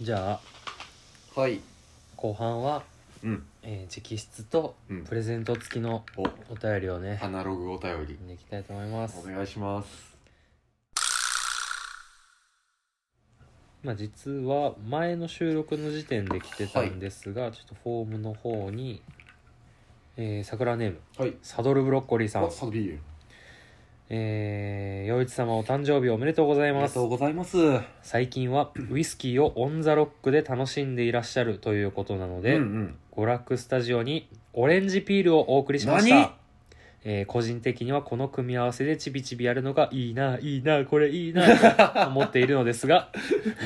じゃあはい後半は、うんえー直筆とうんプレゼント付きのおお便りをね、アナログお便り読んでいきたいと思いますお願いしますまあ、実は前の収録の時点で来てたんですが、ちょっとフォームの方に、えー、桜ネームはいサドルブロッコリーさんあサドビールえー、陽一様お誕生日おめでとうございありまがすとうございますうん最近はウイスキーをオンザロックで楽しんでいらっしゃるということなので、うん娯楽スタジオにオレンジピールをお送りしまし何た、えー個人的にはこの組み合わせでちびちびやるのがいいないいなこれいい なと思っているのですが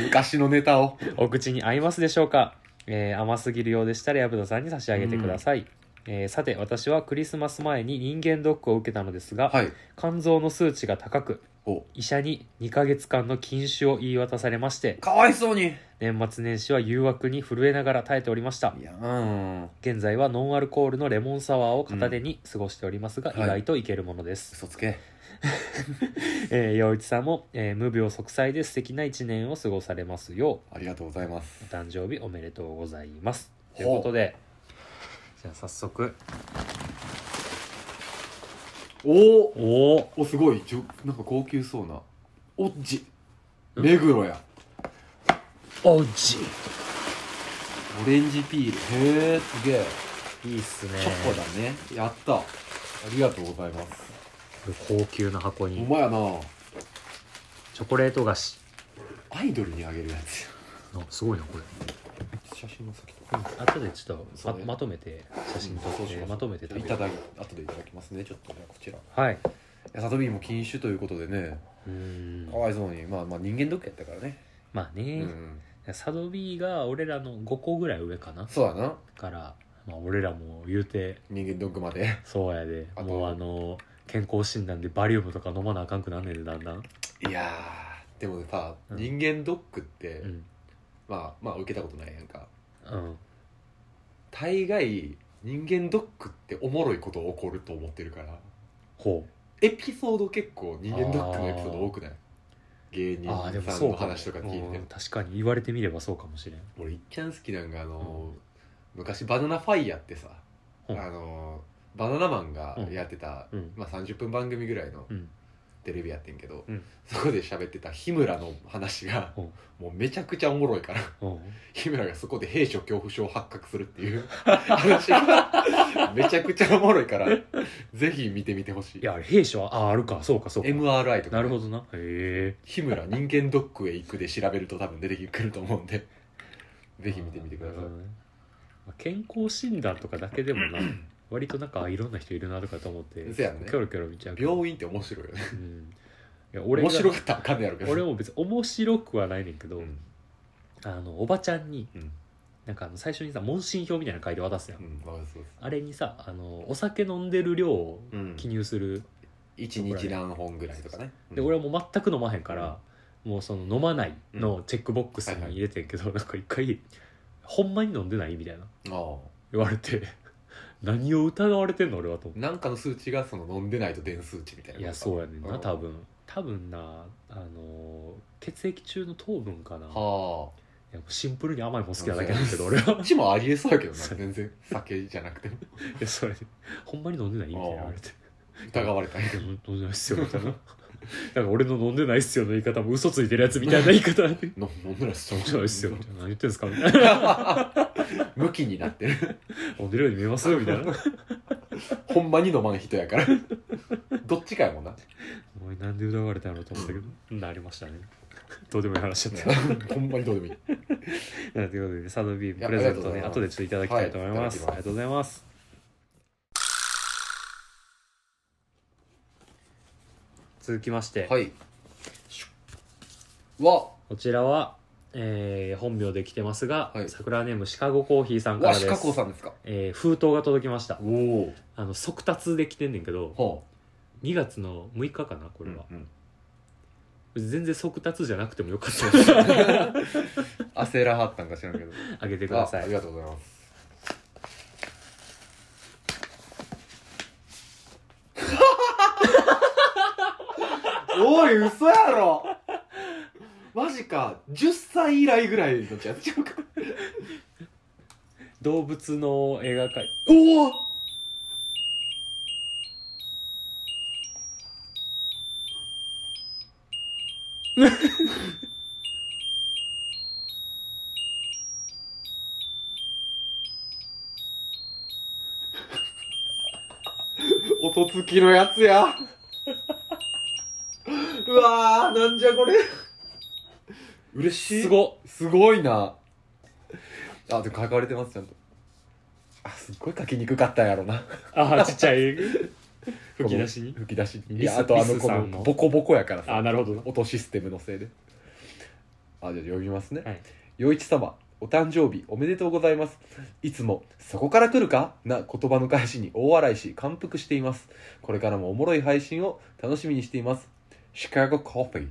昔のネタ をお口に合いますでしょうか、えー甘すぎるようでしたら薮田さんに差し上げてください、えーさて私はクリスマス前に人間ドックを受けたのですが、はい肝臓の数値が高くお医者に2ヶ月間の禁酒を言い渡されましてかわいそうにい年末年始は誘惑に震えながら耐えておりましたやうん現在はノンアルコールのレモンサワーを片手に過ごしておりますが、はい意外といけるものです、嘘つけえー陽一さんも、えー無病息災で素敵な一年を過ごされますよありがとうございまうすお誕生日おめでとうございますとほいううことでじゃあ早速おおおおおすごいじょなんか高級そうなおっじ目黒やおうちオレンジピールへえすげえいいっすねチョコだねやったありがとうございます高級な箱ほんにまやなチョコレート菓子アイドルにあげるやつあすごいなこれ写真の先とかあとでちょっとそうまねまとめて写真撮そうっ、してますまとめて食べいるただき後でいただきますねちょっとねこちらいはいやサトビーも禁酒ということでねうーんかわいそうにまあまあ人間ドックやったからねまあうね、んサドビーが俺らの5個ぐらい上かなそうやなから、まあ、俺らも言うて人間ドックまでそうやであともうあの健康診断でバリウムとか飲まなあかんくなんねんでだんだん、いやーでもねさうん人間ドックって、うんまあまあ受けたことないやんかうん、大概人間ドックっておもろいこと起こると思ってるからほエピソード結構人間ドックのエピソード多くない芸うああで人もさんそのうかも話とか聞いてうん確かに言われてみればそうかもしれん俺いっちゃん好きなんがあのー、昔バナナファイヤーってさ、うんあのーバナナマンがうんやってた、うんまあ、30分番組ぐらいのうんテレビやってんけど、うんそこで喋ってた日村の話が、うんもうめちゃくちゃおもろいから うん日村がそこで兵所恐怖症を発覚するっ ていう話がめちゃくちゃおもろいからぜひ見てみてほしいいやあれ弊社はああるかそうかそうか、 MRI とか、なるほどなへえ日村人間ドックへ行くで調べると多分出てくると思うんでぜひ見てみてください、健康診断とかだけで もな割となんかあいろんな人いるなとかと思ってそうやんねキョロキョロ見ちゃうから病院って面白いよねうんいや俺が面白かったらあかんねやろけど俺も別に面白くはないねんけど、うんあのおばちゃんにうんなんかあの最初にさ問診票みたいなの書いて渡すやん、うんわかるそうですあれにさあのお酒飲んでる量をうん記入する、一日何本ぐらいとかねで俺はもう全く飲まへんから、もうその飲まないのチェックボックスうんはいはにい入れてんけど、なんか一回「ほんまに飲んでない?」みたいなうんあ言われて 何を疑われてんの俺はと思あなんかの数値がその飲んでないと電数値みたいっなていやそうやねんなうん多分多分なあの血液中の糖分かな、いはやもうシンプルに甘いもん好きなだけなんだけど俺は あうちもありえそうやけどなそう全然酒じゃなくてもいやそれほんまに飲んでないみたいな言われて疑われたんやいや飲んでないっすよみたいななんか俺の飲んでないっすよの言い方も嘘ついてるやつみたいな言い方で飲飲んでないっす飲んでないっすよみたいな何言ってんすかみたいな向きになってる飲んでるように見えますよみたいなほんまに飲まん人やからどっちかやもんなお前なんで疑われたんやろうと思ったけどなりましたねどうでもいい話だっほんまにどうでもいいたということでサドビーいムやプレゼントありねが後とうござでいますちょっといただきたいと思います,、はいありがとうございます続きまして、はいわこちらは、えー本名で来てますが、はい桜ネームシカゴコーヒーさんかわらでシすカコさんですかえー封筒が届きましたおおあの速達で来てんねんけどは2月の6日かなここれは、うん全然速達じゃなくてもよかったです 焦らはったんか知らんけどあげてくださああいりがとうございますおい嘘やろマジか10歳以来ぐらいのやつちゃうか動物の映画界 おお音付きのや つやうわーなんじゃこれ嬉しいすごすごいなあでも書かれてますちゃんとあすっごい書きにくかったんやろなああちっちゃ い吹き出しに吹き出しリにスいやあとあのリスこさのんのボコボコやからあさなるほどな音システムのせいであじゃあ呼びますねはい余一様お誕生日おめでとうございますいつも「そこから来るか?」な言葉の返しに大笑いし感服していますこれからもおもろい配信を楽しみにしていますシカゴコーヒ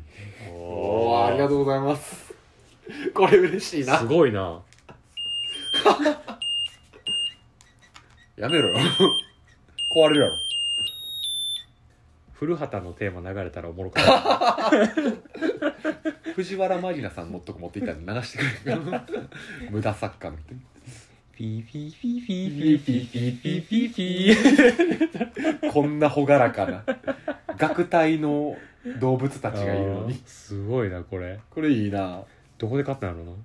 ーおーとうございます これ嬉しいすごいなやめろよ 壊れるやろ古畑のテーマ流れたらおもろかった藤原マリナさんのとこ持っていったんで流してくれる 無駄作家みたいな ピーピーピーピこんな朗らかな楽隊の動物たちがいるのにすごいなこれこれいいなどこで買ったんやろ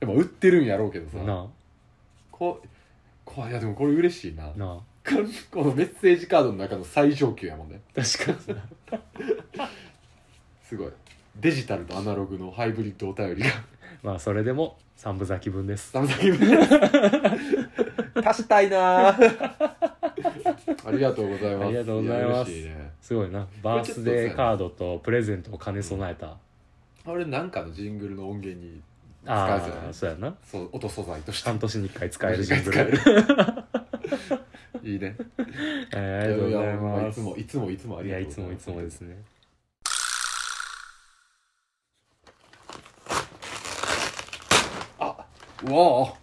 でも売ってるんやろうけどうなさなここいやでもこれ嬉しいなあなあこのメッセージカードの中の最上級やもんね確かになすごいデジタルとアナログのハイブリッドお便りが まあそれでも三部咲き分です寒さ気分です足したいなあありがとうございますありがとうございますや嬉しねすごいなバースデーカードとプレゼントを兼ね備えたあれなんかのジングルの音源にあ使えそうやあねそうやなそう音素材として半年に1回使えるジング使えルる いいねえーありがとうございややまいすつもいつもいつもあいりがやとういごつざいもいつもまですねあうわ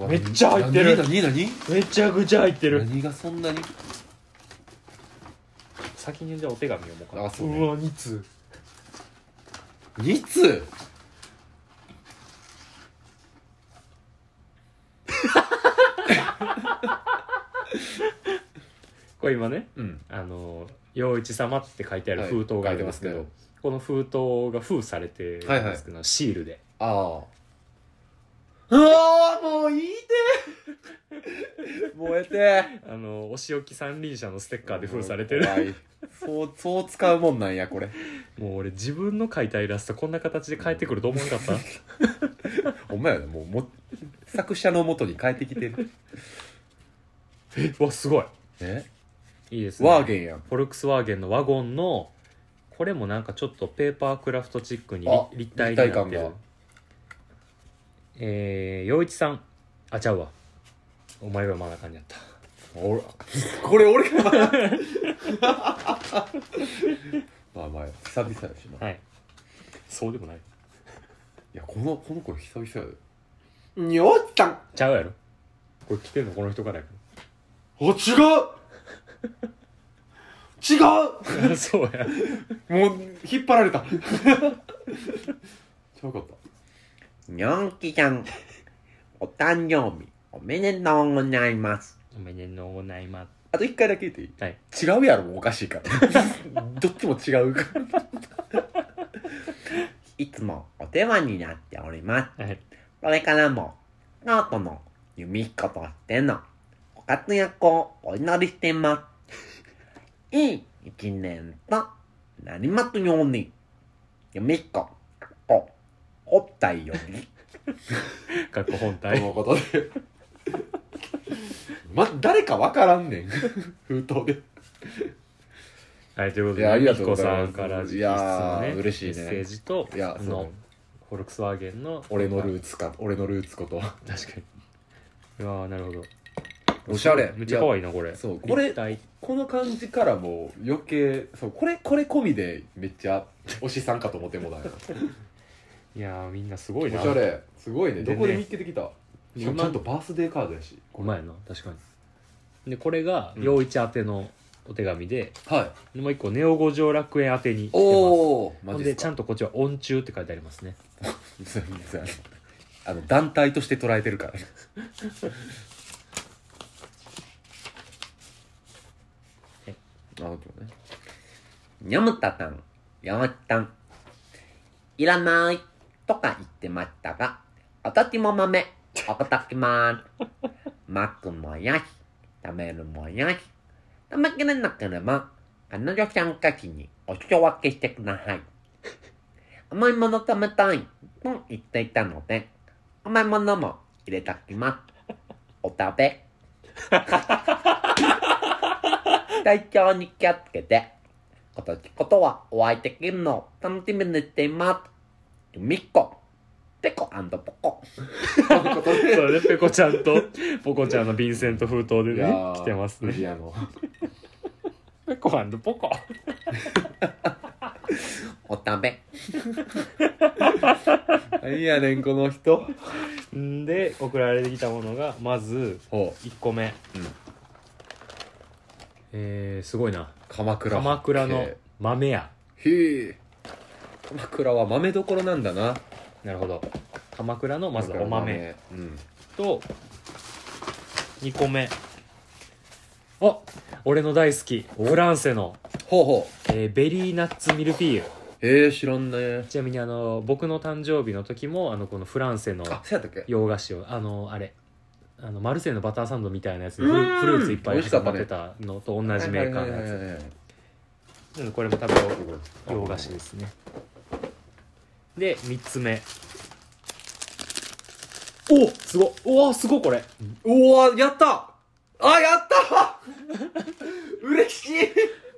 あめっちゃ入ってる何何めちゃくちゃ入って何何がそんなに先にじゃあお手紙読もうかあそうねわ2通2通これ今ねうんあの「陽一様」って書いてある封筒があるんですけど、はい書いてこの封筒が封されてるんですけど、シールでああうわあもういいて燃えてあのお仕置き三輪車のステッカーで封されてる怖いそうそう使うもんなんやこれもう俺自分の描いたイラストこんな形で返ってくると思わなかったお前らもうも作者のもとに変えてきてるえわすごいえいいですねワーゲンやんフォルクスワーゲンのワゴンのこれもなんかちょっとペーパークラフトチックにあ立体になって立体る感がえー、陽一さんあちゃうわお前はまだ感じやった俺これ俺がまあまあ久々やしないはいそうでもないやこのこの子久々やでにょっちゃんあちゃうやろこれ来てんのこの人からや違う違う からそうやもう引っ張られた ちゃうかったにょんきちゃんお誕生日おめでとうございますおめでとうございまあと一回だけ言っていいすはい違うやろもうおかしいから どっちも違うから いつもお世話になっておりますはいこれからもノートの弓彦としてのご活躍をお祈りしています いい一年となりますように弓彦おおったいよりかっこ本と体のことで ま誰かわからんね ん封筒ではいということいやあでみりがきとうごこざいまさんすから直筆いのやねー嬉しいねメッセージといやこそうのフォルクスワーゲンの俺のルーツか俺のルーツこと確かにうわーなるほど おしゃれめっちゃ可愛いなこれそうこれ立体この感じからもう余計そうこれこれ込みでめっちゃ推しさんかと思ってもだよいやーみんなすごおいなしゃれすごいねでねどこで見つけてきたしかも今ちゃんとバースデーカードやしお前やな確かにでこれがうん陽一宛てのお手紙ではい。でもう一個ネオ五条楽園宛てに来てますおおほマんジででちゃんとこっちは「音中」って書いてありますねすいません あの団体として捉えてるからね えなるほどねにゃむたたんやまったんいらないとか言ってましたが私も豆おこたきます巻くもやし食べるもやし食べきれなければ彼女さんたちにお裾分けしてください甘いもの食べたいと言っていたので、甘いものも入れたきます。お食べ。体調に気をつけて、今年ことはお会いできるのを楽しみにしています。ゆみっこ、ぺこポコ。という ことでそうねペコちゃんと ポコちゃんの便箋と封筒でいねやー来てます藤ね屋のペコポコお食べ。何やねん、この人。んで送られてきたものがまずほ1個目、うんえー、すごいなう、鎌倉。鎌倉の豆屋へえ鎌倉は豆どころなんだななるほど鎌倉のまずお豆うんと2個目あ俺の大好きフランセの、ほうほえーベリーナッツミルフィーユうへえ知らんねちなみにあの僕の誕生日の時もあのこのフランセのあそうやったっけ洋菓子をあのあれあのマルセイのバターサンドみたいなやつでフうルんフルーツいっぱ美い味し挟かったまねってたのと同じメーカーのやつなやのでこれも食べようつ洋菓子ですねで3つ目おすごおおすごいこれおおやったあやった 嬉しい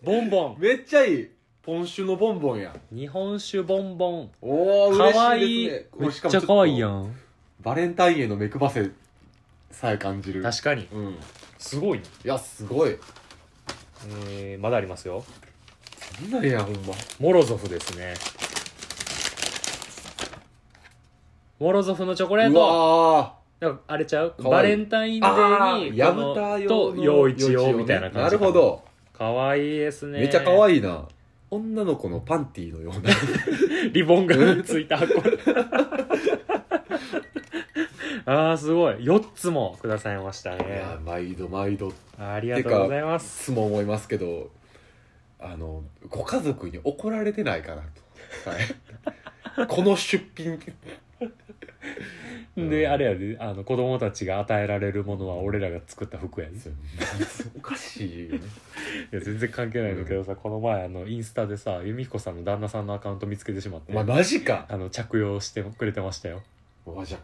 ボンボンめっちゃいいポンシュのボンボンや日本酒ボンボンおおか嬉しいでわすねいいこれめっしちかもゃょかわいいやっとんバレンタインへの目配せさえ感じる確かにうんいすごいねやすごいえー、まだありますよなんなんやほんまモロゾフですねモロゾフのチョコレーうトわなんかあれちゃうかわバいいレンタインーデあーにヤこのブタ用との陽一用用ねみたいな感じなるほどかわいいですねめっちゃ可い愛いな女の子のパンティーのようないリボン がついた箱あーすごい4つもくださいましたいねや毎度毎度いありがとうございますつも思いますけどあのご家族に怒られてないかなと、 はい、この出品うんであれやであの子供たちが与えられるものは俺らが作った服やでおかしいよねいや全然関係ないんだけどさ、この前あのインスタでさ由美彦さんの旦那さんのアカウント見つけてしまってお前マジかあの着用してくれてましたよ、お前じゃあ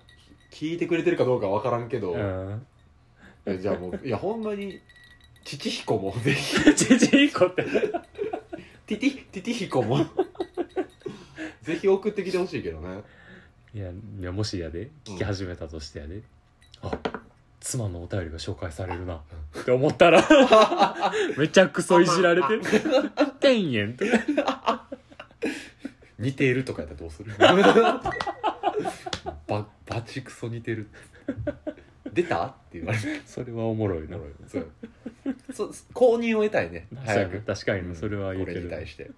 聞いてくれてるかどうかわからんけどう、ん、えじゃあもういやほんまに父彦もぜひちちいこってティティティティ彦も ぜひ送ってきてほしいけどねいやいやもしやで聞き始めたとしてやで、あ妻のお便りが紹介されるなって思った らめちゃくそいじられて 「1000円」って似ているとかやったらど うするばバチクソ似てる出たって言われるそれはおもろいな、そうそ購入を得たいねそうや早ねく確かにね、うんそれは言うこけれどに対して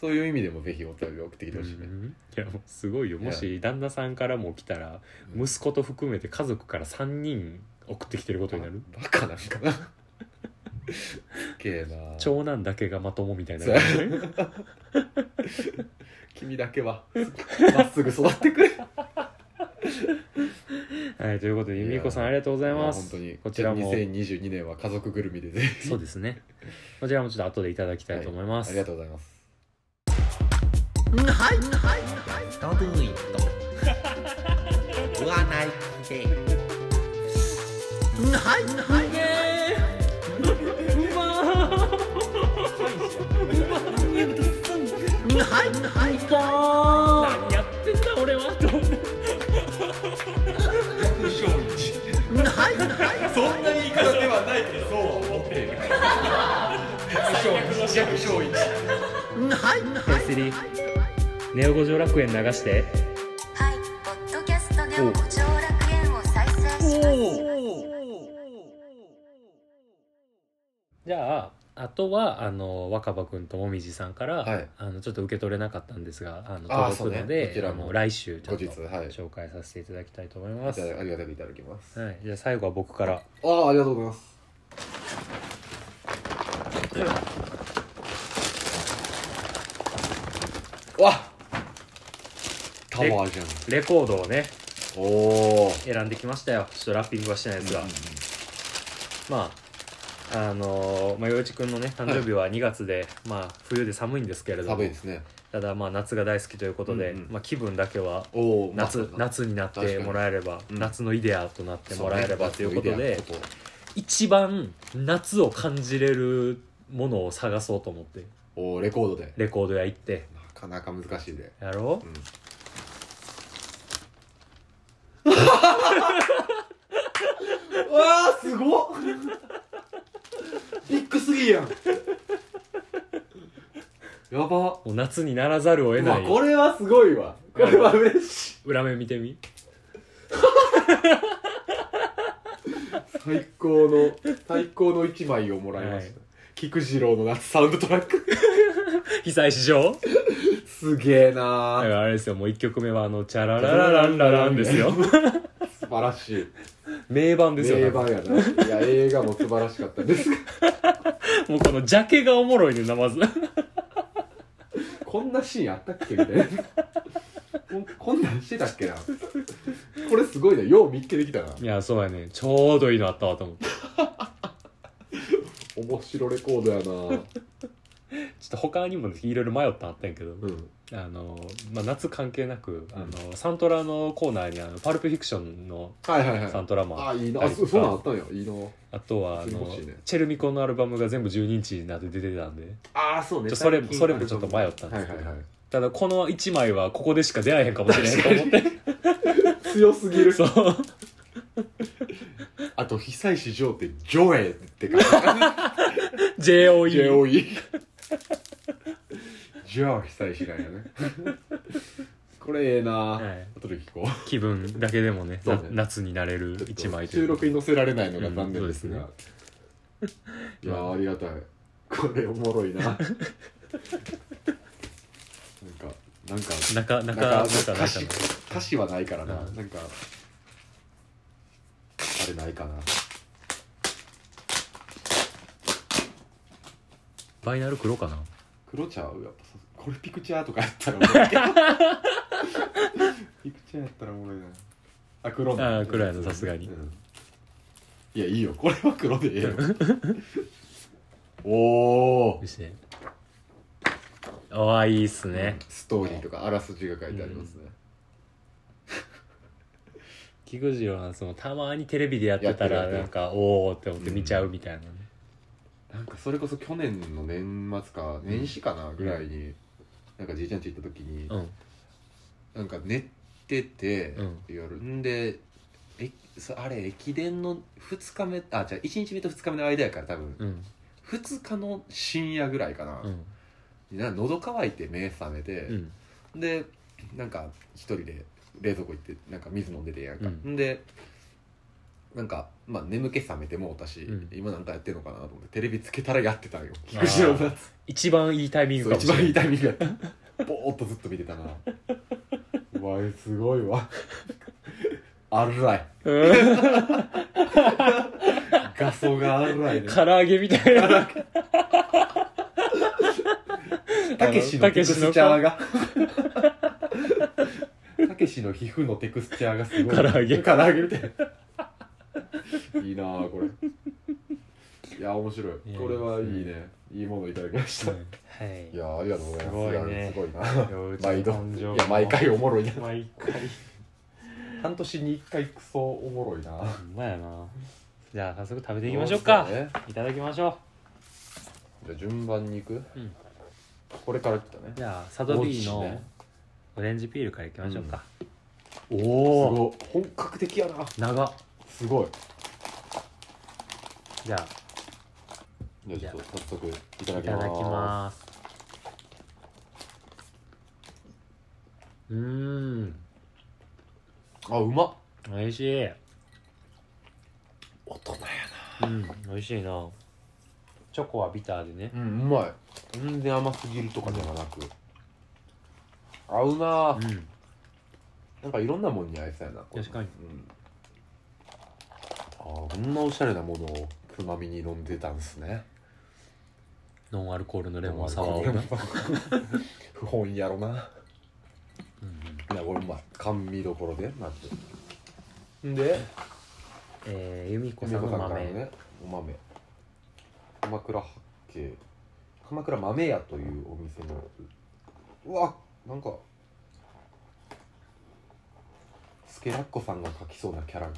そういう意味でもぜひお便り送ってきてほしいね、うんいやもうすごいよもし旦那さんからも来たら息子と含めて家族から3人送ってきてることになるバカなんかなすっげえな長男だけがまともみたいなそうや君だけはまっすぐ育ってくれ はいということで由美子さんありがとうございます本当にこちらも2022年は家族ぐるみでぜひそうですねこちらもちょっと後でいただきたいと思います、ありがとうございますはいはいはいスタドゥイット占いではいはい何やはいはいってんだ俺はと思 ってはいはいそんな言い方ではないけどそうは思っている弱小一はいはいセリネオ五条楽園流してはい、ポッドキャストで五条楽園を再生します。じゃああとはあの若葉君ともみじさんから、はいあのちょっと受け取れなかったんですがあの届くあーのそうねでこちらあもの来週ちょ後っと日はい紹介させていただきたいと思いいます、たはいだありがたくいただきます、じゃあ最後は僕からああありがとうございますわっタワーじゃんレコードをねおお選んできましたよちょっとラッピングはしてないですが、まああのーまあ陽一君のね誕生日は2月で、まあ冬で寒いんですけれども寒いですねただまあ夏が大好きということで、うんうんまあ、気分だけはおお夏夏になってもらえれば、うん夏のイデアとなってもらえればということで、そうね一番夏を感じれるものを探そうと思っておおレコードでレコード屋行ってなかなか難しいでやろうんわあすごっビッグすぎやんやばうもう夏にならざるを得なまいこれはすごいわこれは嬉しい裏面見てみ最高の最高の一枚をもらいました、は菊次郎の夏サウンドトラック被災市場すげえあなーれですよもう1曲目はあの「チャラララランララン」ですよ素晴らしい 名盤ですよ名盤やないや映画も素晴らしかったですもうこのジャケがおもろいねなまずこんなシーンあったっけみたいなここんなんしてたっけなこれすごいなよう見っけできたないやそうやねちょうどいいのあったわと思ってちょ面白レコードやなっと他にもねいろいろ迷ったんあったんやけど、うんあのまあ、夏関係なく、あのサントラのコーナーにあのパルプフィクションのはいはいはいサントラマンあいいなはあいそそうなんあったんやいいなあとはあそれの欲しいねチェルミコのアルバムが全部12インチになって出てたんでああそうちょそれもそれもちょっと迷ったんはでいすけはいど、はいただこの1枚はここでしか出会えへんかもしれへんと思って 強すぎるそうあと被災市場ってジョエって書いてあ る JOE JOE じゃあ被災市なんやねこれええな、はい後で聞こう気分だけでもねそうねな夏になれる1枚とい収う録に載せられないのが残念ですうんがそ、いやーありがたいこれおもろいななんかなんか中中なんか中中歌詞中歌詞はないからな、うんなんかあれないかなバイナル黒かな黒茶はやっぱさこれピクチャーとかやったらおもろい けどピクチャーやったらおもろいなあ黒のあー黒やなさすがにうんいやいいよこれは黒でええ よおお見せてああいいっすね、ストーリーとかあらすじが書いてありますね、菊次郎なんですもたまにテレビでやってたやっらてるやなっんてかおおって思って見ちゃうみたいなね、なんかそれこそ去年の年末か年始かなぐらいに、なんかじいちゃんち行った時に、うんなんか寝てて、うん夜んでえそあれ駅伝の2日目あじゃあ1日目と2日目の間やから多分、うん2日の深夜ぐらいかなう、んな喉乾いて目覚めてう、んでなんか一人で冷蔵庫行ってなんか水飲んでてんやんか、、うんでなんか、まあ、眠気覚めてもうたし、うん今なんかやってんのかなと思ってテレビつけたらやってたんよあー 菊池の夏一番いいタイミングそかうも一しれな番いいいタイミングやったぼーっとずっと見てたなうわすごいわあらい画素があら いね唐揚げみたいなたけしのテクスチャーがたけしの皮膚のテクスチャーがすごい唐揚げ唐揚げみたいないいなあこれいや面白いいやこれはいいねいいものいただきましたいはいやありがとうございますすごいねやすごいな毎度誕生日いや毎回おもろいな毎回半年に1回クソおもろいなほんまやなじゃあ早速食べていきましょうかそうですねいただきましょじゃあ順番に行く、うんこれから来たねうじゃあサドビー美味しいのねオレンジピールからいきましょうか、おすおごい本格的やな長っすごいじゃあじゃあちょっと早速いただいきまたすだきますうーんあうまっ美味しい大人やなうん美味しいなチョコはビターでねうんうまい全然甘すぎるとかではなく合うなぁうんなんかいろんなもんに合いそうやな確かに、うん、ああこんなおしゃれなものをつまみに飲んでたんですねノンアルコールのレモンサワーをな、レモンサワー 不本意やろなうんうんいや俺うまい甘味どころでマジでんでえー、由美子美さん穂のさんから豆、ねお豆鎌倉八景鎌倉豆屋というお店のうわなんかスケラッコさんが描きそうなキャラが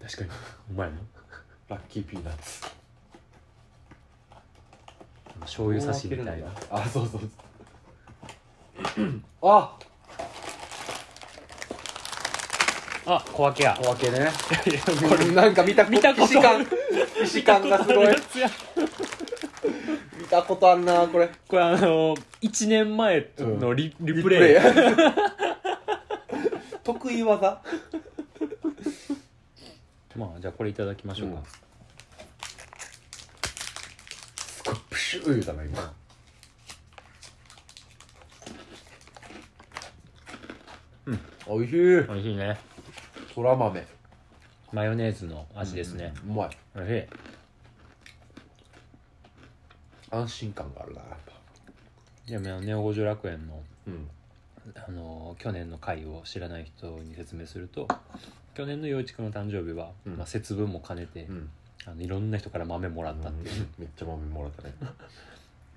確かにお前のラッキーピーナッツ醤油差しみたいなあそうそうそうああ小分けや小分けねいやこれなんか見た見たこと既視感既視感がすごいつや見たことあんなこれこれあの1年前のリ,、リプレイプレイ 得意技まあじゃあこれいただきましょうか、うんすごいプシュー言うたな今うんおいしい美味しいねそら豆マヨネーズの味ですね、うんうまい美味しい安心感があるなやっぱじゃあネオ五条楽園のうんあの去年の回を知らない人に説明すると去年の陽一君の誕生日は、うんまあ、節分も兼ねて、うんあのいろんな人から豆もらったっていう、めっちゃ豆もらったね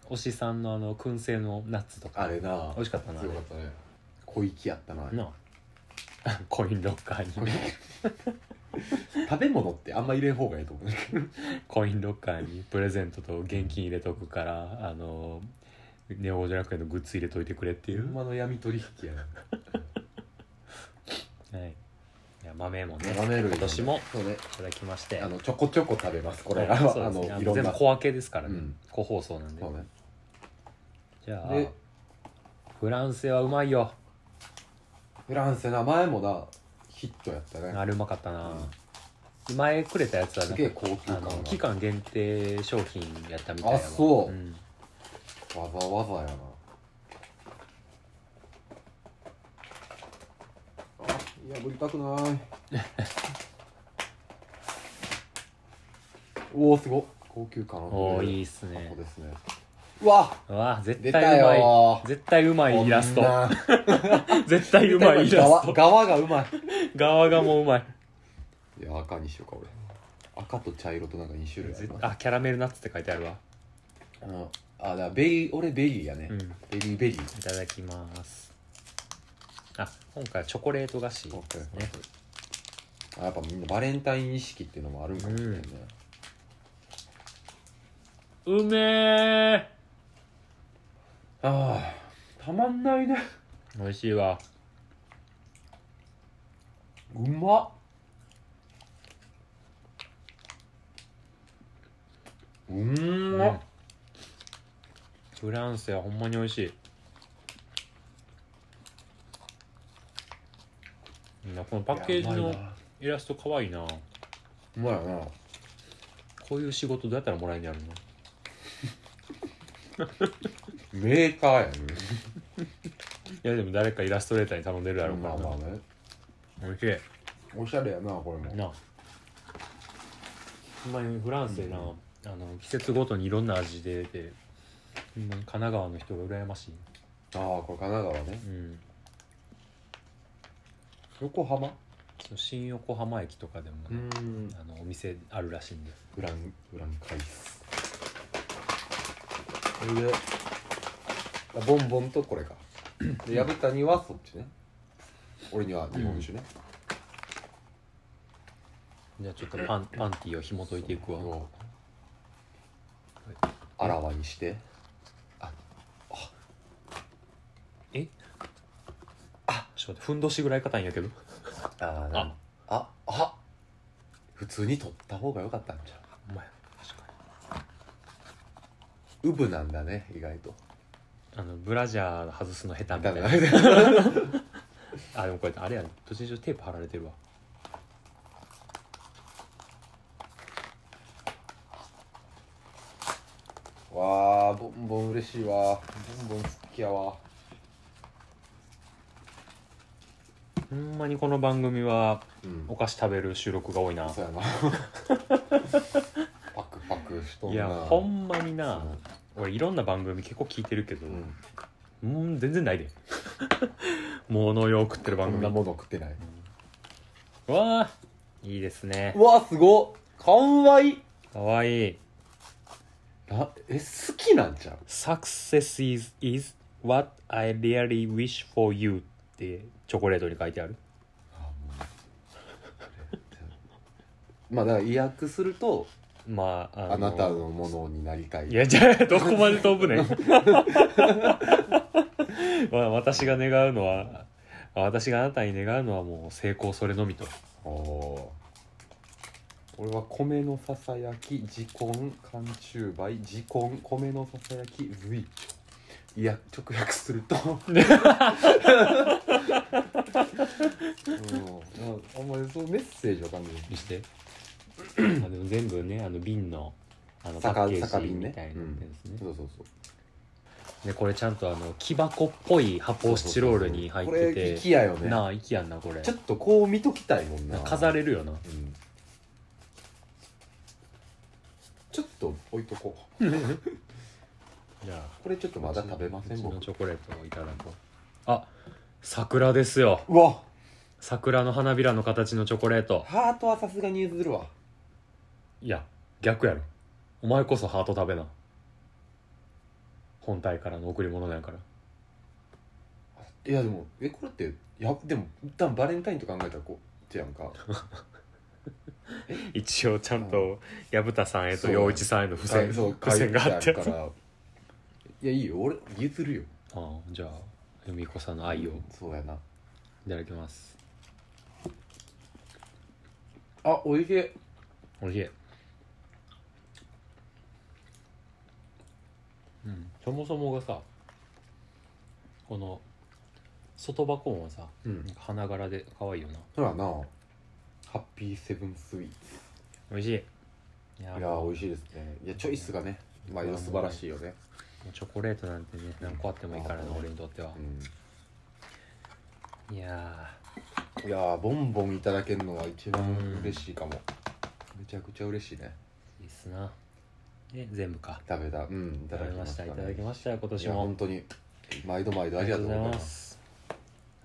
推しさんのあの燻製のナッツとかあれな美味しかったな強かったね小粋やったななあ コインロッカーにね食べ物ってあんま入れん方がいいと思うねコインロッカーにプレゼントと現金入れとくからあのネオ五条楽園のグッズ入れといてくれっていう、馬の闇取引やなはい、いや豆もね豆類のね今年もそうねいただきましてあのちょこちょこ食べますこれはあいのそうあですねあのいのろん全部な小分けですからね、うん個包装なんでそうねじゃあでフランセはうまいよフランスな前もなヒットやったねあれうまかったな、前くれたやつはすなげえ高級あ感がの期間限定商品やったみたいなあそううんわざわざやなあ破りたくない おおすごっ高級感あふれるおーいいっすね箱ですねうわうわ絶出た対うまいよー絶対うまいイラス トこんな絶対うまいイラスト側側がうまい側がもううまいいや赤にしようか俺赤と茶色となんか2種類あり絶ますあキャラメルナッツって書いてあるわうんあだからベリー俺ベリーやね、うんベリーベリーいただきますあ今回はチョコレート菓子ですねあやっぱみんなバレンタイン意識っていうのもあるんかもしれないね、うめえああたまんないね美味しいわうまっうんまっ、フランスはほんまに美味しいいいなこのパッケージいやうまのいなイラスト可愛いなうまいよなこういう仕事どうやったらもらえるんやろなメーカーやねいやでも誰かイラストレーターに頼んでるやろうからまあなまあね美味しおしゃれやなこれもいなほんまにフランスでな、あの季節ごとにいろんな味出てほんまに神奈川の人が羨ましいああこれ神奈川ねうん横浜その新横浜駅とかでもね、んあのお店あるらしいんでウランウランカイスそれであボンボンとこれか で薮谷はそっちね俺には日本酒ね、じゃあちょっとパンパンティーを紐解いていくわをあらわにしてえあちょっと待ってふんどしぐらい硬いんやけどあなんああ普通に取った方が良かったんじゃお前確かうウブなんだね意外とにあのブラジャー外すの下手みたいなだねあでもこれあれやね途中テープ貼られてるわ わボンボン嬉しいわボンボン好きやわほんまにこの番組はうんお菓子食べる収録が多いなそうやな パクパクしとんいないやほんまになそう俺いろんな番組結構聞いてるけどうんうん全然ないで 物よ食ってるこ番ん組なわもの食ってないあいいですねうわすごっかわいいかわいいなえ好きなんちゃう Success is, is what I really wish for you ってチョコレートに書いてあるまあだから意訳するとまあああなたのものになりたいいやじゃあどこまで飛ぶねん まあ私が願うのは私があなたに願うのはもう成功それのみとおー俺は米のささやき自婚缶中梅自婚米のささやき随調いや直訳するとうんあんまりそうメッセージを感じる見して あでも全部ねあの瓶のあのパ酒ッケー酒ジ瓶ねみたいなやつね、そうそうそうでこれちゃんとあの木箱っぽい発泡スチロールに入ってこれて粋やよねなあいきやんなこれちょっとこう見ときたいもんな飾れるよなうんちょっと置いとこうじゃあこれちょっとまだ食べませんうちの僕チョコレートをいただこうあ桜ですようわ桜の花びらの形のチョコレートハートはさすがに譲るわいや逆やろお前こそハート食べな本体からの贈り物なんやからいやでもえこれってやでも一旦バレンタインと考えたらこうってやんか一応ちゃんうと薮田さんへとそう陽一さんへの付箋そう付箋があって書いるからいやいいよ俺譲るよああじゃあ由美子さんの愛をいそうやなただきますあおいしいおいしい、うん、そもそもがさこの外箱もさうん花柄で可愛いよなそうやなハッピーセブンスイーツ美味しいいやいや美味しいですねいやチョイスがねまあいや素晴らしいよねもうチョコレートなんてね何個あってもいいからなあー俺にとってはうんいやいやーボンボンいただけるのは一番嬉しいかも、めちゃくちゃ嬉しいねーいいっすなえ全部か食べたうんいいたただだききままししたたいねただきましたよ今い年や本も当に毎度毎度ありがとうございますす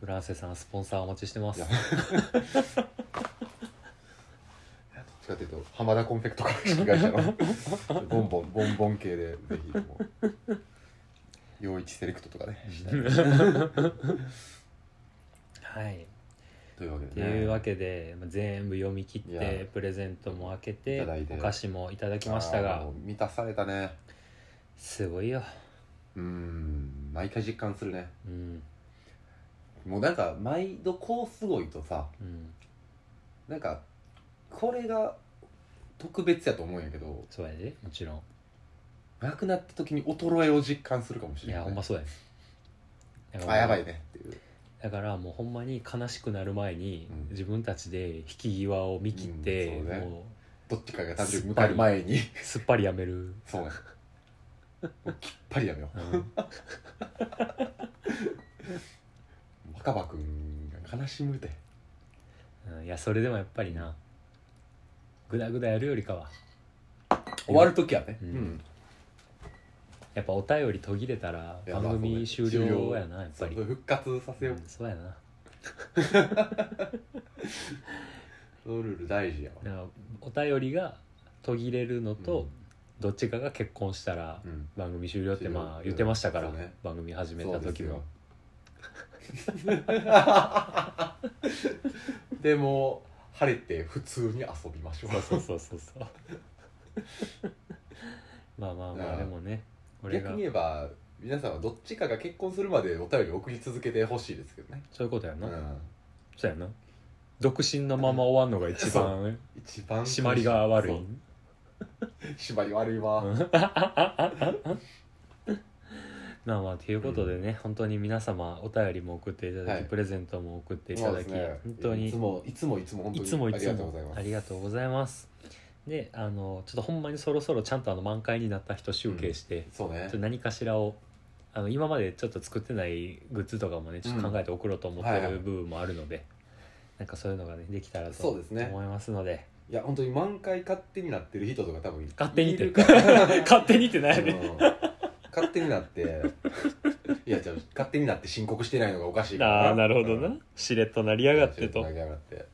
フランセさんスポンサーお待ちしてますいやどっちかっていうと浜田コンフェクトから引き返したの ボンボンボンボン系でぜひもう陽一セレクトとかねしたいですはいというわけとでねいうわけで、まあ全部読み切っいてやプレゼントも開けていただいてお菓子もいただきましたあーがもう満たされたねすごいようーん毎回実感するねうんもうなんか毎度こうすごいとさうんなんかこれが特別やと思うんやけどそうやでもちろんなくなった時に衰えを実感するかもしいれなやい、ほんまそうやだからあやばいねっていうだからもうほんまに悲しくなる前に、うん自分たちで引き際を見切って、うんそうねもどっちかが誕生日迎える前にうすっぱりやめる、そうやもうきっぱりやめよう うん若葉くんが悲しむでうんいやそれでもやっぱりなグダグダやるよりかは終わる時はねうんやっぱお便り途切れたらいや番まあ組そう終ね了やなやっぱりそう復活させよう、うんそうやなそのルール大事やわだからお便りが途切れるのと、どっちかが結婚したらうん番組終了って終了まあ言ってましたから、そうね番組始めた時もそうですよでも晴れて普通に遊びましょうそうそうそうそうまあまあまあでもね俺逆がに言えば皆さんはどっちかが結婚するまでお便り送り続けてほしいですけどね、そういうことやうな、ん、そうやな独身のまま終わんのが一番一番締まりが悪いそう締まり悪いわ、うんまあまあということでね、本当に皆様お便りも送っていただき、はいプレゼントも送っていそたうだでき、すね本当にいつもいつもいつも本当いにつもいあつりがとうもございますありがとうございますであのちょっとほんまにそろそろちゃんとあの満開になった人集計して、そうちょねっと何かしらをあの今までちょっと作ってないグッズとかもねちょっと考えて送ろうと思ってうんはいはるい部分もあるので、なんかそういうのがねできたらとそうですね思いますのでいや本当に満開勝手になってる人とか多分 勝手にっいて るから勝手にってないねうん勝手になっていやじゃあ勝手になって申告してないのがおかしいからああなるほどな、しれっとなりやがってと投げ上がって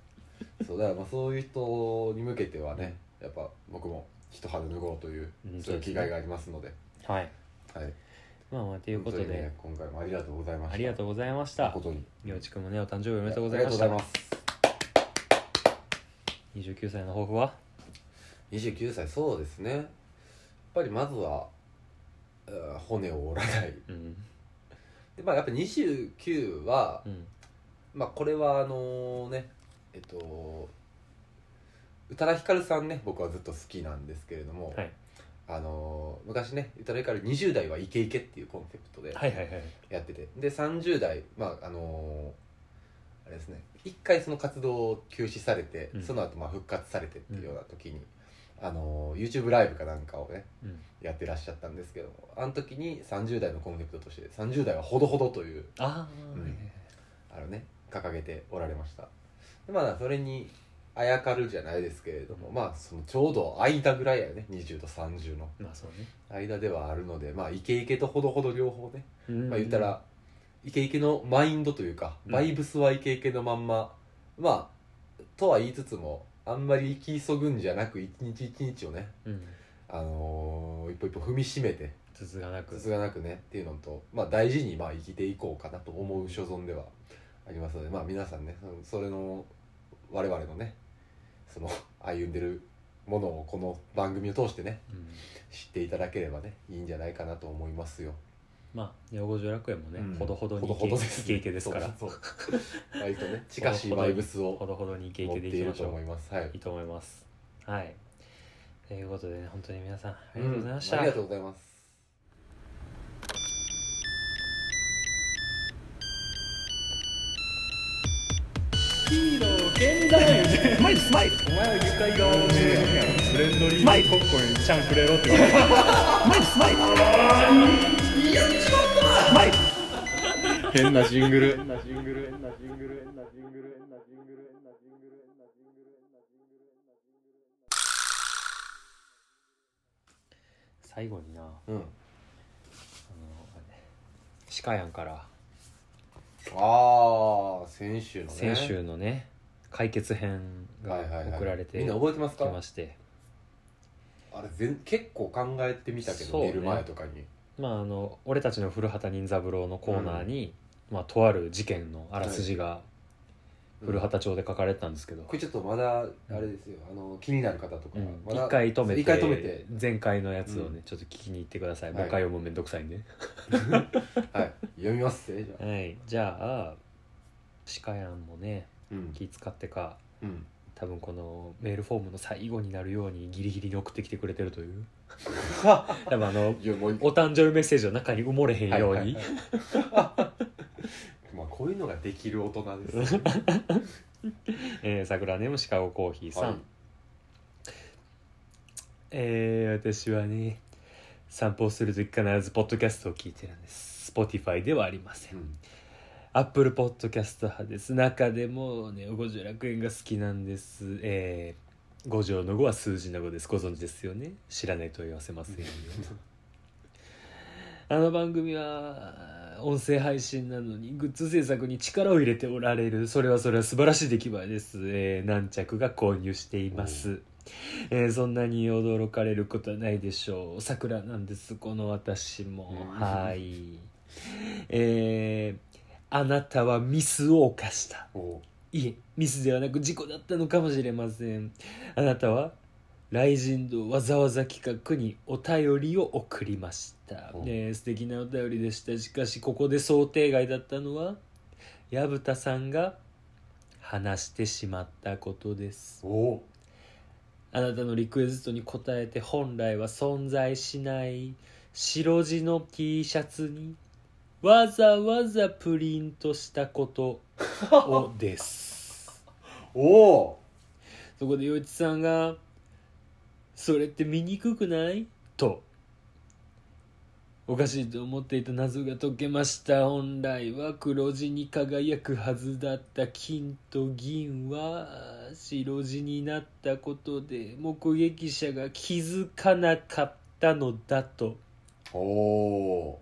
そうだからまあそういう人に向けてはねやっぱ僕も一肌脱ごうといううんそういう気概がありますので、はいはいまあまあということで、本当にね今回もありがとうございましたありがとうございました誠にみおちくんもねお誕生日おめでとうございましあたりがとうございます29歳の抱負は29歳そうですねやっぱりまずはうん骨を折らないうんでまあやっぱ29は、うんまあこれはあのねえっと宇多田ヒカルさんね僕はずっと好きなんですけれども、はいあの昔ね宇多田ヒカル20代はイケイケっていうコンセプトではいはいはいやってて、で30代まああのあれですね一回その活動を休止されて、うんその後まあ復活されてっていうような時に、あの YouTube ライブかなんかをねうんやってらっしゃったんですけどもあの時に30代のコンセプトとして30代はほどほどというあうんあのね掲げておられましたでまあそれにあやかるじゃないですけれども、まあそのちょうど間ぐらいやね20と30のあまあそう間ではあるのでまあイケイケとほどほど両方ね、ねまあ言ったらイケイケのマインドというかうんバイブスはイケイケのまんま、まあとは言いつつもあんまり行き急ぐんじゃなく一日一日をねうんあのー一歩一歩踏みしめて続がなくつがなくねっていうのと、まあ、大事にまあ生きていこうかなと思う所存ではありますので、まあ、皆さんねそそれの我々のねその歩んでるものをこの番組を通してねうん知っていただければねいいんじゃないかなと思いますよ。まあネオ五条楽園もね、うんほどほどにほどほどですイケイケですからそうそうそう割 とね近しいバイブスほをどほどにイケイ持っケてでいきいるましとょ思ういます。はいいいと思いますはいということでね本当に皆さんあうりがとうございました、んありがとうございます。変なジングル。最後になあのうん、シカヤンからああ先週のね先週のね解決編はがいはいはい送られてみんな覚えてますきかましてあれ全結構考えてみたけそど、うね寝る前とかにまああの俺たちの古畑任三郎のコーナーに、まあとある事件のあらすじが古畑町で書かれてたんですけど、これちょっとまだあれですよあの気になる方とか、うんまだ一回止めて一回止めて前回のやつをね、うんちょっと聞きに行ってください、はいもう一回読むのめんどくさいんではい読みますねじゃあはいじゃあ鹿やんもねうん、気使ってかうん、多分このメールフォームの最後になるようにギリギリに送ってきてくれてるという 多分あのいやもうお誕生日メッセージの中に埋もれへんように、はいはいはいまあこういうのができる大人で すねえー桜ネームシカゴコーヒーさん、はいえー私はね散歩をする時必ずポッドキャストを聞いてるんです Spotify ではありませんうんアップルポッドキャスト派です中でもね五条楽園が好きなんですえー五条の語は数字の語ですご存知ですよね知らないと言わせませんよあの番組は音声配信なのにグッズ制作に力を入れておられるそれはそれは素晴らしい出来栄えです、えー何着が購入しています、えーそんなに驚かれることはないでしょう桜なんですこの私もうんはいえーあなたはミスを犯したおいえミスではなく事故だったのかもしれませんあなたは雷神堂わざわざ企画にお便りを送りました、おねえ、素敵なお便りでしたしかしここで想定外だったのは薮田さんが話してしまったことですおあなたのリクエストに応えて本来は存在しない白地の T シャツにわざわざプリントしたことをですおそこで陽一さんがそれって見にくくないとおかしいと思っていた謎が解けました本来は黒字に輝くはずだった金と銀は白字になったことで目撃者が気づかなかったのだとおお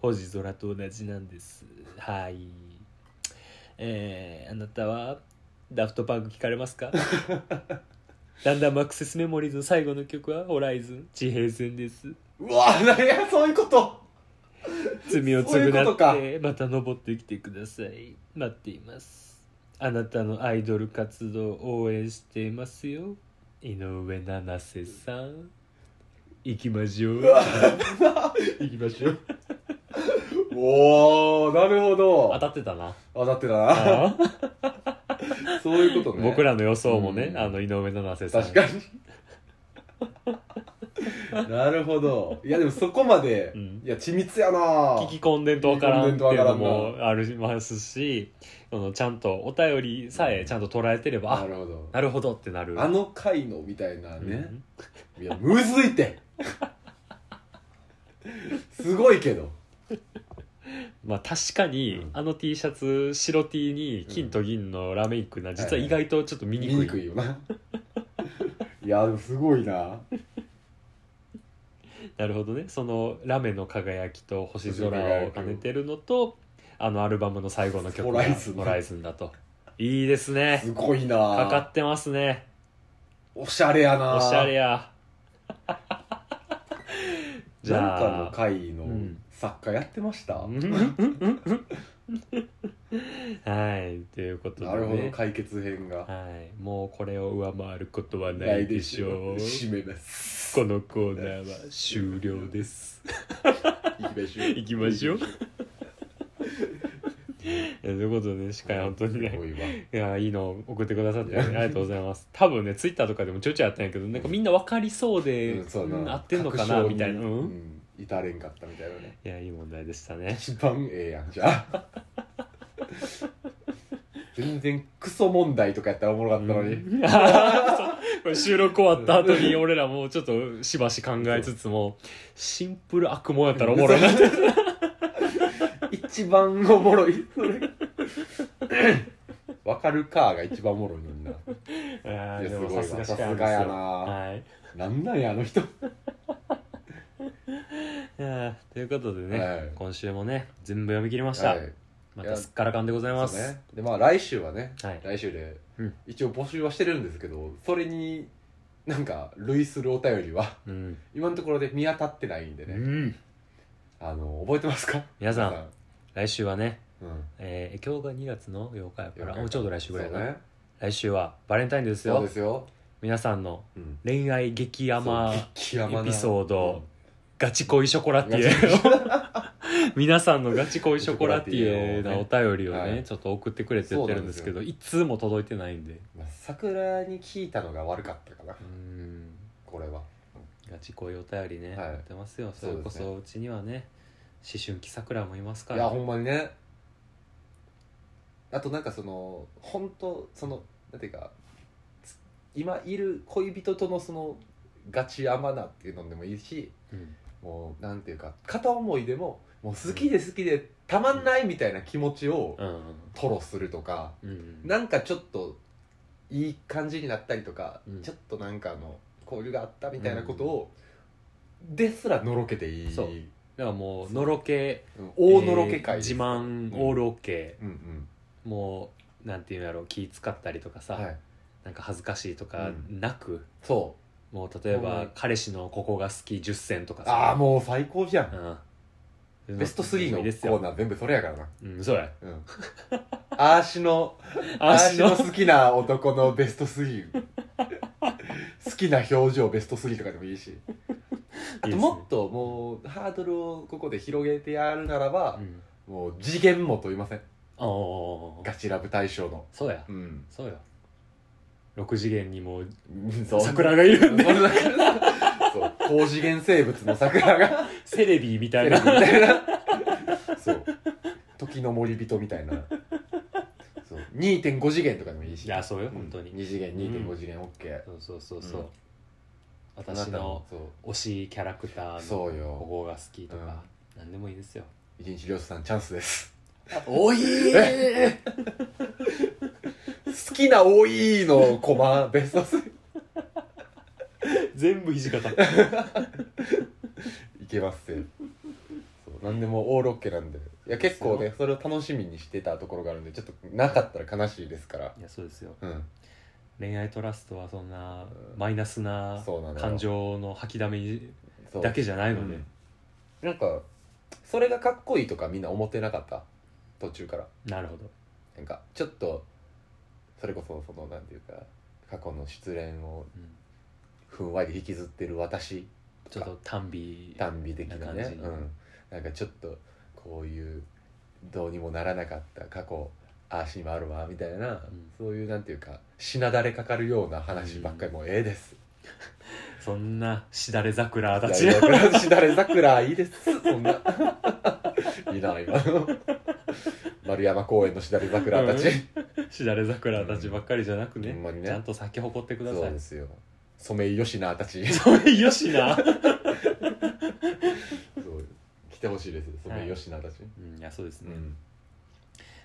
星空と同じなんですはいえー、あなたはダフトパンク聞かれ ますかだんだんマックセスメモリーズの最後の曲は「ホライズン地平線」ですうわ 何やそういうこと罪をそういうことか償ってまた登ってきてください待っていますあなたのアイドル活動を応援していますよ井上七瀬さん行きましょう行きましょう。おおなるほど当たってたな当たってたな そういうことね僕らの予想もね、うんあの井上七瀬さん確かに なるほどいやでもそこまで、うんいや緻密やな聞き込んでんとわからんっていうの聞き込んでんとわもありますしそのちゃんとお便りさえちゃんと捉えてれば、なあるほどなるほどってなるあの回のみたいなね、うんいやむずいってすごいけどまあ確かに、うんあの T シャツ白 T に金と銀のラメイクな実は意外とちょっと見に見くい,、にくいよないやでもすごいななるほどねそのラメの輝きと星空を兼ねてるのとあのアルバムの最後の曲ホライズンホライズンだといいですねすごいなかかってますねおしゃれやなおしゃれ やじなんかゃのあ回のうん作家やってました、はいということで、ね、なるほど解決編がはい、もうこれを上回ることはなないいででししょょうう締 めますこのコーナーは終了です行きましょう行きましょうえということでね司会本当にすねごいわいやいいの送ってくださって、ね、いやありがとうございます多分ねツイッターとかでもちょいちょいあったんやけどなんかみんな分かりそうで、うんそうやうんな合ってんのかな確証にみたいな、ううんん至れんかったみたいなねいやいい問題でしたね一番ええやんじゃあ全然クソ問題とかやったらおもろかったのに、これ収録終わった後に俺らもうちょっとしばし考えつつもシンプル悪魔やったらおもろいなって 一番おもろいそ れわかるかが一番おもろいのになあーいやでもすごいさわすがさすがやなはいなんなんやあの人いやーということでね、はい今週もね全部読み切りました、はいまたすっからかんでございますそうねでまあ来週はね、はい来週でうん一応募集はしてるんですけどそれになんか類するお便りは うん、今のところで見当たってないんでうね、ん、あの覚えてますか皆さん皆来週はね、さんうんえー今日が2月の8日やから8日おちょうど来週そうぐらいかな、ね来週はバレンタインデーですそうよですよ、皆さんのうん、恋愛激そう甘激甘なエピソードガチ恋ショコ ラティエガチ 皆さんのガチ恋ショコラティエなお便りをね、はいちょっと送ってくれって言ってるんですけどそういつも届いてないんで うんまあ桜に聞いたのが悪かったかなうんこれはガチ恋お便りね、はいやってますよそれこそうですねそうちにはね思春期さくらもいますかいやらほんまにねあとなんかその本当そのなんていうかつ今いる恋人とのそのガチ甘なっていうのでもいいしうんもうなんていうか片思いでももう好きで好きでたまんないみたいな気持ちをうん吐露するとか、うんなんかちょっといい感じになったりとか、うんちょっとなんかあの交流があったみたいなことを、ですらのろけていいそうだからもうのろけうん大のろけえー会です自慢オールオッケうんうんーもうなんていうんやろう気使ったりとかさ、はいなんか恥ずかしいとかなく、そうもう例えば、うん彼氏のここが好き10選とかああもう最高じゃん、うん、ベスト3のいいですコーよ、ナー全部それやからな、うん、そうやうん、アーシのアーシの好きな男のベスト3好きな表情ベスト3とかでもいいしあいいですとねもっともうハードルをここで広げてやるならばう、ん、もう次元もと言いませんおおガチラブ大賞のそうやうんそうや6次元にもそう桜がいるんでそうそう高次元生物の桜がセレビーみたテレいビみなたいなそう時の森人みたいなそう2.5次元とかでもいいしいやそうよう本ん当に、 2次元うん2.5次元 OK、そうそうそうそう、うん私の推しキャラクターのそうそうこよこが好きとか、なん、何でもいいですよ一日漁師さんチャンスですおいー好きな OE のコマベスト3全部土方 いけますよそう何でもオーロッケなんでいや結構ねそれを楽しみにしてたところがあるんでちょっとなかったら悲しいですからいやそうですようん恋愛トラストはそんなマイナスなそうなのよ感情の吐きだめにそうだけじゃないので、なんかそれがかっこいいとかみんな思ってなかった途中からなるほどなんかちょっとそれこそそのなんていうか過去の失恋をうんふんわり引きずってる私ちょっと短美短美的なねな感じうん、なんかちょっとこういうどうにもならなかった過去ああしもあるわみたいな、んそういうなんていうかしなだれかかるような話ばっかりもうええです、そんなしだれ桜たちしだれ桜しだれ桜いいですそ んないいな今の丸山公園のしだれ桜たち、しだれ桜たちばっかりじゃなくね,、うんほんまにねちゃんと咲き誇ってくだそさういですよソメイヨシナたち それよしな、そう来てほしいですソメイヨシナたち、うん、いやそうですうね、ん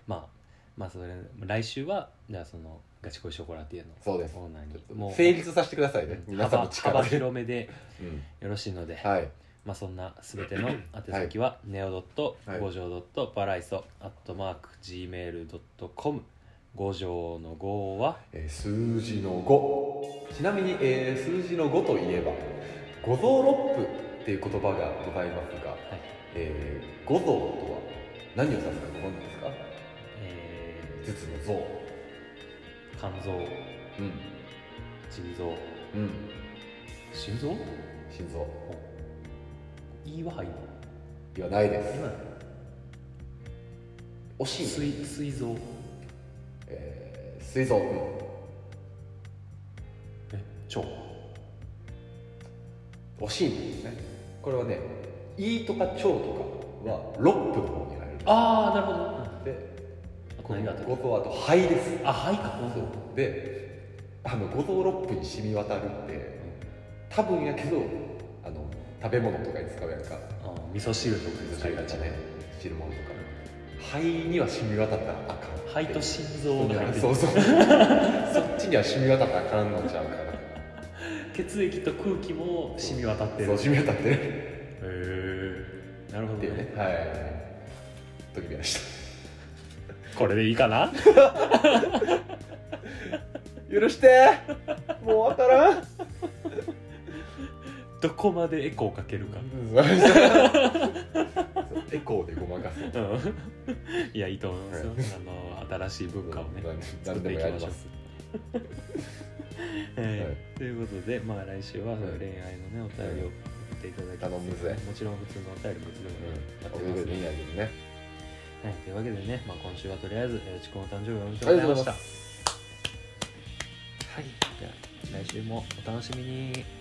まあまあそれ来週はじゃあそのガチ恋ショコラティエのそうですオーナーちょっにともう成立させてくださいね、うん皆さんの幅幅力で、広めでうんよろしいので、はいまあ、そんなすべての宛先は、ネオドットはい五条ドットバライソアットマーク Gmail.com 五条の五はえー数字の5ちなみに、えー数字の5といえば五臓六腑っていう言葉がございますが、えー五臓とは何を指すかご存知ですかえ5つの臓ー肝臓うん腎臓うん心臓心臓胃は入るではないです惜しい膵ね膵臓えー膵臓うんえ腸惜しいんですねこれはね胃とか腸とかは六腑の方に入るああなるほどであとこ何があのった五臓あと肺ですあ肺かそうであの五臓六腑に染み渡るって多分やけどあの食べ物とかに使うやんかあー味噌汁とかに使使いいががちちね汁物とか肺には染み渡ったらあかん肺と心臓が入ってるそうそうそっちには染み渡ったらあかんのちゃうかな血液と空気も染み渡ってるそうへ染み渡ってるえなるほどっていうねねはいときびましたこれでいいかな 許して もう当たら んどこまでエコーかけるか エコーでごまかすうん いやいいと思いますよ、あの新しい文化をね、作っ何でていもきやまりしょうますえはーということで、まあ、来週はその恋愛のねお便りを送っていただき頼むぜもちろん普通のお便りもいつでもねやっておまめすでとういいんやけどねはい、というわけでね、まあ、今週はとりあえず、えー、ちくんの誕生日おめであとりうがごとうざいごまざしいたまはすい、じゃあ来週もお楽しみに